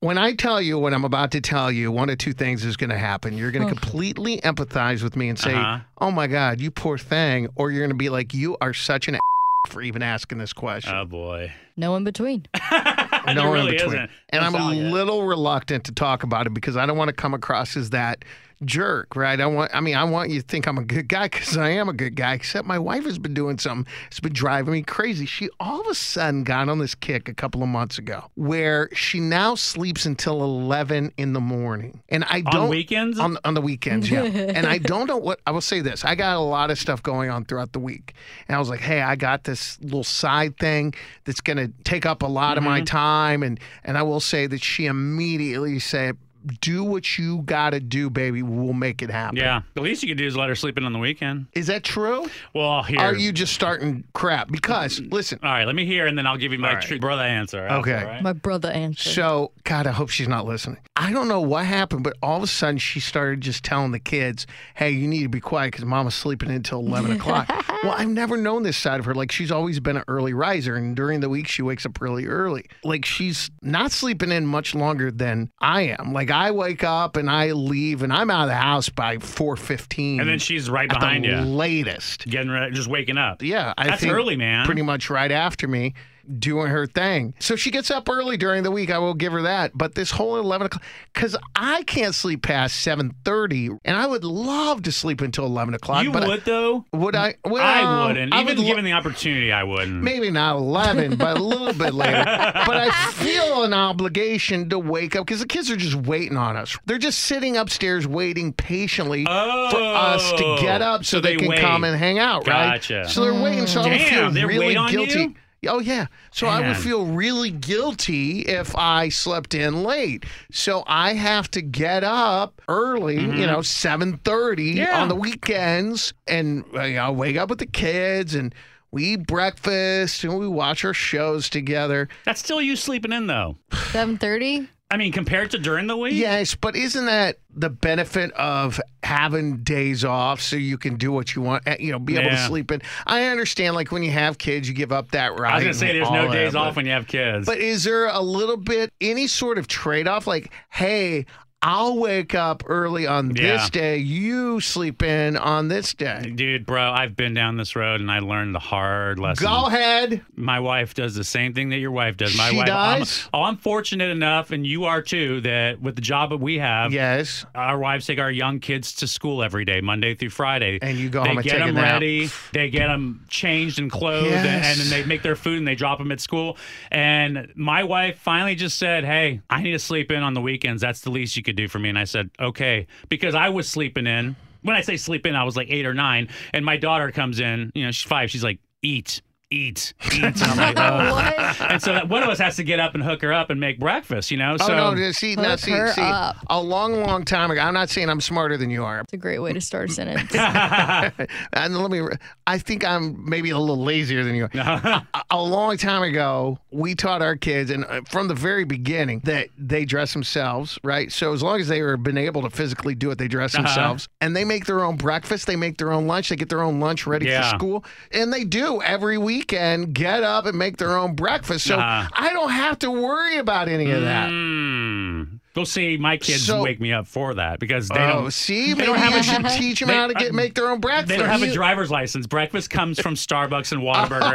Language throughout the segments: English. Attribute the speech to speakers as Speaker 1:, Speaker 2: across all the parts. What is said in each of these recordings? Speaker 1: when I tell you what I'm about to tell you, one of two things is going to happen. You're going to completely empathize with me and say,
Speaker 2: Uh-huh.
Speaker 1: "Oh my God, you poor thing," or you're going to be like, "You are such an a- for even asking this question."
Speaker 2: Oh boy.
Speaker 3: No in between.
Speaker 2: And
Speaker 1: no
Speaker 2: it
Speaker 1: in
Speaker 2: really
Speaker 1: between.
Speaker 2: isn't.
Speaker 1: And
Speaker 2: It's
Speaker 1: I'm
Speaker 2: not
Speaker 1: a
Speaker 2: yet.
Speaker 1: little reluctant to talk about it because I don't want to come across as that jerk, right? I want I mean, I want you to think I'm a good guy cuz I am a good guy, except my wife has been doing something that's been driving me crazy. She all of a sudden got on this kick a couple of months ago where she now sleeps until 11 in the morning. And I
Speaker 2: on
Speaker 1: don't
Speaker 2: weekends.
Speaker 1: on, on the weekends, yeah. and I don't know what I will say this. I got a lot of stuff going on throughout the week. And I was like, hey, I got this little side thing that's gonna take up a lot of
Speaker 2: Mm-hmm.
Speaker 1: my time and and I will say that she immediately said, Do what you gotta do, baby. We'll make it happen.
Speaker 2: yeah. The least you could do is let her sleep in on the weekend.
Speaker 1: Is that true?
Speaker 2: Well, here.
Speaker 1: Are you just starting crap? Because listen,
Speaker 2: All right. Let me hear, and then I'll give you my
Speaker 1: right.
Speaker 2: true brother answer.
Speaker 1: Okay.
Speaker 2: All right?
Speaker 3: My brother answered.
Speaker 1: So, God, I hope she's not listening. I don't know what happened, but all of a sudden she started just telling the kids, hey, you need to be quiet because mama's sleeping until 11 o'clock. Well, I've never known this side of her. Like, she's always been an early riser, and during the week, she wakes up really early. Like, she's not sleeping in much longer than I am. Like, I wake up and I leave, and I'm out of the house by 4.15.
Speaker 2: And then she's right
Speaker 1: at
Speaker 2: behind
Speaker 1: the
Speaker 2: you,
Speaker 1: latest.
Speaker 2: getting ready, just waking up.
Speaker 1: Yeah, I
Speaker 2: That's
Speaker 1: think
Speaker 2: early, man.
Speaker 1: Pretty much right after me, doing her thing. So she gets up early during the week. I will give her that. But this whole eleven o'clock, because I can't sleep past seven thirty, and I would love to sleep until eleven o'clock.
Speaker 2: you
Speaker 1: but I-
Speaker 2: would though.
Speaker 1: would I? Well,
Speaker 2: I wouldn't.
Speaker 1: I
Speaker 2: Even
Speaker 1: would lo-
Speaker 2: given the opportunity, I wouldn't.
Speaker 1: Maybe not 11, but a little bit later. But I feel an obligation to wake up because the kids are just waiting on us. They're just sitting upstairs waiting patiently for us to get up so,
Speaker 2: Oh. so
Speaker 1: they,
Speaker 2: they
Speaker 1: can
Speaker 2: wait.
Speaker 1: come and hang out, right?
Speaker 2: Gotcha.
Speaker 1: So they're waiting. So I would
Speaker 2: Damn, they
Speaker 1: feel really
Speaker 2: wait on
Speaker 1: guilty.
Speaker 2: you?
Speaker 1: Oh yeah. So I would
Speaker 2: Man.
Speaker 1: feel really guilty if I slept in late. So I have to get up early, you know, 7:30
Speaker 2: Mm-hmm. Yeah.
Speaker 1: on the weekends and uh, you know, wake up with the kids and we eat breakfast and we watch our shows together.
Speaker 2: That's still you sleeping in though.
Speaker 3: 7:30.
Speaker 2: I mean, compared to during the week.
Speaker 1: Yes, but isn't that the benefit of having days off so you can do what you want, uh, you know, be able to
Speaker 2: Yeah.
Speaker 1: sleep in? I understand, like, when you have kids, you give up that right.
Speaker 2: I was gonna say
Speaker 1: and
Speaker 2: there's
Speaker 1: all
Speaker 2: no
Speaker 1: that,
Speaker 2: days
Speaker 1: but-
Speaker 2: off when you have kids.
Speaker 1: But is there a little bit, any sort of trade off? Like, hey, I'll wake up early on
Speaker 2: Yeah.
Speaker 1: this day, you sleep in on this day.
Speaker 2: Dude, bro, I've been down this road and I learned the hard lesson.
Speaker 1: Go ahead.
Speaker 2: My wife does the same thing that your wife does. My
Speaker 1: She
Speaker 2: wife.
Speaker 1: does?
Speaker 2: I'm, oh, I'm fortunate enough, and you are too, that with the job that we have,
Speaker 1: Yes.
Speaker 2: our wives take our young kids to school every day, Monday through Friday.
Speaker 1: And you go
Speaker 2: they
Speaker 1: home and
Speaker 2: get
Speaker 1: take a
Speaker 2: them
Speaker 1: nap.
Speaker 2: ready. They get them changed and clothed, and-
Speaker 1: Yes.
Speaker 2: and, then they make their food and they drop them at school. And my wife finally just said, "Hey, I need to sleep in on the weekends. That's the least you could do for me." And I said, "Okay," because I was sleeping in. When I say sleep in, I was like eight or nine, and my daughter comes in. You know, she's five. She's like, "Eat, eat, eat." And I'm like, "Oh."
Speaker 3: What?
Speaker 2: And so that one of us has to get up and hook her up and make breakfast. You know, so
Speaker 1: oh, no. See, now,
Speaker 3: Hook
Speaker 1: see,
Speaker 3: her
Speaker 1: see.
Speaker 3: up.
Speaker 1: A long, long time ago, I'm not saying I'm smarter than you are.
Speaker 3: It's a great way to start a sentence.
Speaker 1: And let me, I think I'm maybe a little lazier than you are. a, a long time ago, we taught our kids, and uh, from the very beginning, that they dress themselves, right? So as long as they were been able to physically do it, they dress
Speaker 2: Uh-huh.
Speaker 1: themselves, and they make their own breakfast, they make their own lunch, they get their own lunch ready
Speaker 2: Yeah.
Speaker 1: for school, and they do every weekend get up and make their own breakfast. So
Speaker 2: Uh-huh.
Speaker 1: I don't have to worry about any of that.
Speaker 2: Mm. Go see my kids
Speaker 1: So-
Speaker 2: wake me up for that because they
Speaker 1: Oh,
Speaker 2: don't.
Speaker 1: see,
Speaker 2: they
Speaker 1: maybe
Speaker 2: don't have
Speaker 1: you
Speaker 2: a-
Speaker 1: should teach them
Speaker 2: they- uh,
Speaker 1: how to get make their own breakfast.
Speaker 2: They don't have a driver's license. Breakfast comes from Starbucks and Whataburger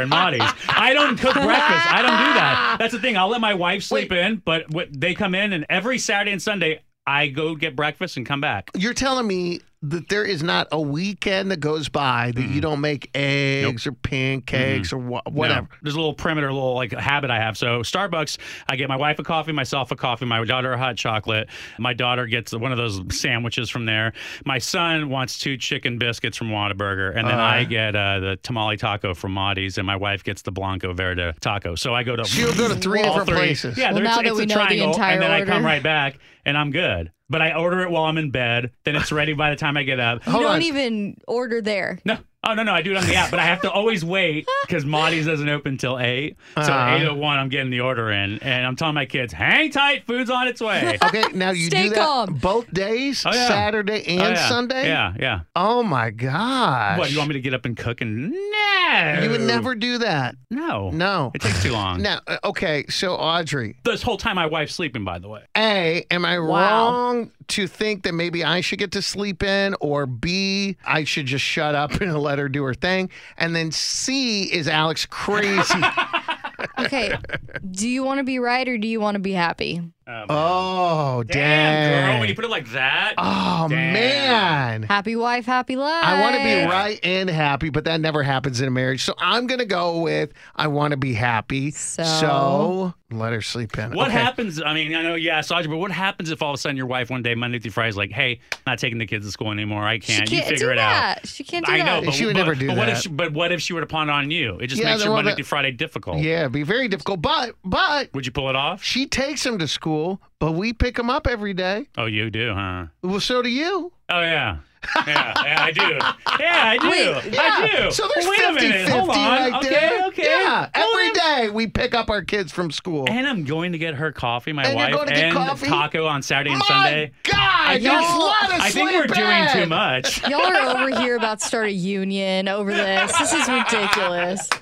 Speaker 2: and Monty's. I don't cook breakfast. I don't do that. That's the thing. I'll let my wife sleep in, but what, they come in, and every Saturday and Sunday, I go get breakfast and come back.
Speaker 1: You're telling me that there is not a weekend that goes by that
Speaker 2: Mm-hmm.
Speaker 1: you don't make eggs or pancakes or wha-
Speaker 2: No,
Speaker 1: whatever.
Speaker 2: there's a little perimeter, a little like habit I have. So Starbucks, I get my wife a coffee, myself a coffee, my daughter a hot chocolate. My daughter gets one of those sandwiches from there. My son wants two chicken biscuits from Whataburger, and then
Speaker 1: Uh-huh.
Speaker 2: I get uh, the tamale taco from Maudie's, and my wife gets the Blanco Verde taco. So I go to
Speaker 1: So you'll go to three
Speaker 2: all
Speaker 1: different places.
Speaker 2: Yeah,
Speaker 3: Well,
Speaker 2: there's-
Speaker 3: now
Speaker 2: it's
Speaker 3: that we
Speaker 2: a
Speaker 3: know the
Speaker 2: triangle,
Speaker 3: entire
Speaker 2: and then I come
Speaker 3: order.
Speaker 2: right back, and I'm good. But I order it while I'm in bed. Then it's ready by the time I get up.
Speaker 3: you
Speaker 1: Hold
Speaker 3: don't
Speaker 1: on.
Speaker 3: even order there.
Speaker 2: No, Oh no, no, I do it on the app, but I have to always wait because Maudie's doesn't open till eight. So
Speaker 1: Uh-huh.
Speaker 2: at eight oh one, I'm getting the order in, and I'm telling my kids, "Hang tight, food's on its way."
Speaker 1: Okay, now you
Speaker 3: Stay
Speaker 1: do that
Speaker 3: calm.
Speaker 1: both days,
Speaker 2: Oh, yeah.
Speaker 1: Saturday and
Speaker 2: Oh, yeah.
Speaker 1: Sunday.
Speaker 2: Yeah, yeah.
Speaker 1: Oh my gosh.
Speaker 2: What you want me to get up and cook? And no,
Speaker 1: You would never do that.
Speaker 2: No,
Speaker 1: No.
Speaker 2: It takes too long.
Speaker 1: Now, uh, okay, so Audrey,
Speaker 2: This whole time, my wife's sleeping. By the way.
Speaker 1: A, am I
Speaker 3: Wow.
Speaker 1: wrong to think that maybe I should get to sleep in, or B, I should just shut up and let her do her thing, and then C is Alex crazy?
Speaker 3: Okay. do you want to be right or do you want to be happy?
Speaker 2: Um,
Speaker 1: oh,
Speaker 2: damn, girl,
Speaker 1: dang.
Speaker 2: when you put it like that.
Speaker 1: oh
Speaker 2: Damn.
Speaker 1: man.
Speaker 3: Happy wife, happy life.
Speaker 1: I want to be right and happy, but that never happens in a marriage. So I'm going to go with I want to be happy.
Speaker 3: So?
Speaker 1: So, let her sleep in.
Speaker 2: What
Speaker 1: Okay.
Speaker 2: happens? I mean, I know you asked Audrey, but what happens if all of a sudden your wife one day, Monday through Friday, is like, "Hey, not taking the kids to school anymore. I
Speaker 3: She
Speaker 2: can't.
Speaker 3: can't
Speaker 2: you figure
Speaker 3: do
Speaker 2: it out."
Speaker 3: that. She can't do
Speaker 2: I know,
Speaker 3: that.
Speaker 2: but
Speaker 1: She would
Speaker 2: but-
Speaker 1: never do
Speaker 2: but What if
Speaker 1: that.
Speaker 2: she, but what if she were to pawn on you? It just
Speaker 1: Yeah,
Speaker 2: makes
Speaker 1: then
Speaker 2: your
Speaker 1: what
Speaker 2: Monday
Speaker 1: about-
Speaker 2: through Friday difficult.
Speaker 1: Yeah, be very difficult. But, but
Speaker 2: Would you pull it off?
Speaker 1: she takes him to school, but we pick him up every day.
Speaker 2: Oh, you do, huh?
Speaker 1: Well, so do you.
Speaker 2: Oh yeah. yeah, yeah, I do. Yeah, I do.
Speaker 3: Wait,
Speaker 2: I
Speaker 1: Yeah.
Speaker 2: do.
Speaker 1: So there's
Speaker 2: Wait a
Speaker 1: 50
Speaker 2: minute.
Speaker 1: 50
Speaker 2: Hold on.
Speaker 1: right
Speaker 2: okay,
Speaker 1: there.
Speaker 2: okay.
Speaker 1: Yeah.
Speaker 2: Well,
Speaker 1: every
Speaker 2: then-
Speaker 1: day we pick up our kids from school.
Speaker 2: And I'm going to get her coffee, my
Speaker 1: And you're
Speaker 2: wife,
Speaker 1: going to get
Speaker 2: and
Speaker 1: coffee?
Speaker 2: taco on Saturday and
Speaker 1: My
Speaker 2: Sunday.
Speaker 1: God,
Speaker 2: I
Speaker 1: you just let us
Speaker 2: I think
Speaker 1: sleep
Speaker 2: we're doing
Speaker 1: in.
Speaker 2: too much.
Speaker 3: Y'all are over here about to start a union over this. This is ridiculous.